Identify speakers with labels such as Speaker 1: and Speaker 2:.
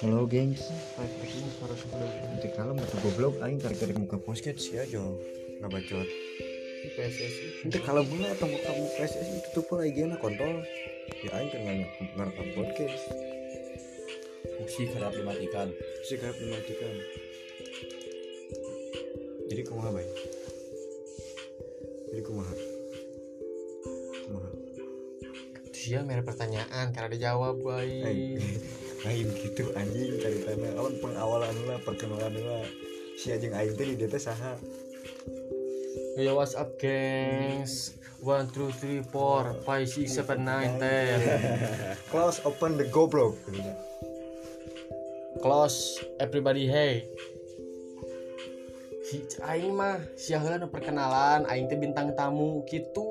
Speaker 1: Halo gengs,
Speaker 2: Ini
Speaker 1: nanti kalau mau goblok aing tarik-tarik muka posket sih aja nggak bacot.
Speaker 2: PSSI
Speaker 1: Nanti kalau bola atau muka muka PSSI tutup pola IG-nya kontol. Ya aing kan nggak ngerekam podcast.
Speaker 3: fungsi kerap dimatikan
Speaker 1: Sih ya, kayak mematikan. Jadi kumaha bay? Jadi kumaha? Kumaha?
Speaker 2: Itu sih ya mere pertanyaan karena dijawab
Speaker 1: Aing,
Speaker 2: baik
Speaker 1: aing gitu anjing ceritanya. Awan pengawalan lah, perkenalan lah. Si anjing aing teh di dia teh saha?
Speaker 2: Yo what's up gengs 1, 2, 3, 4, 5, 6, 7, 9,
Speaker 1: Close open the goblok. katanya.
Speaker 2: 10 Close everybody hey Si Aing mah si heula nu perkenalan Aing teh bintang tamu gitu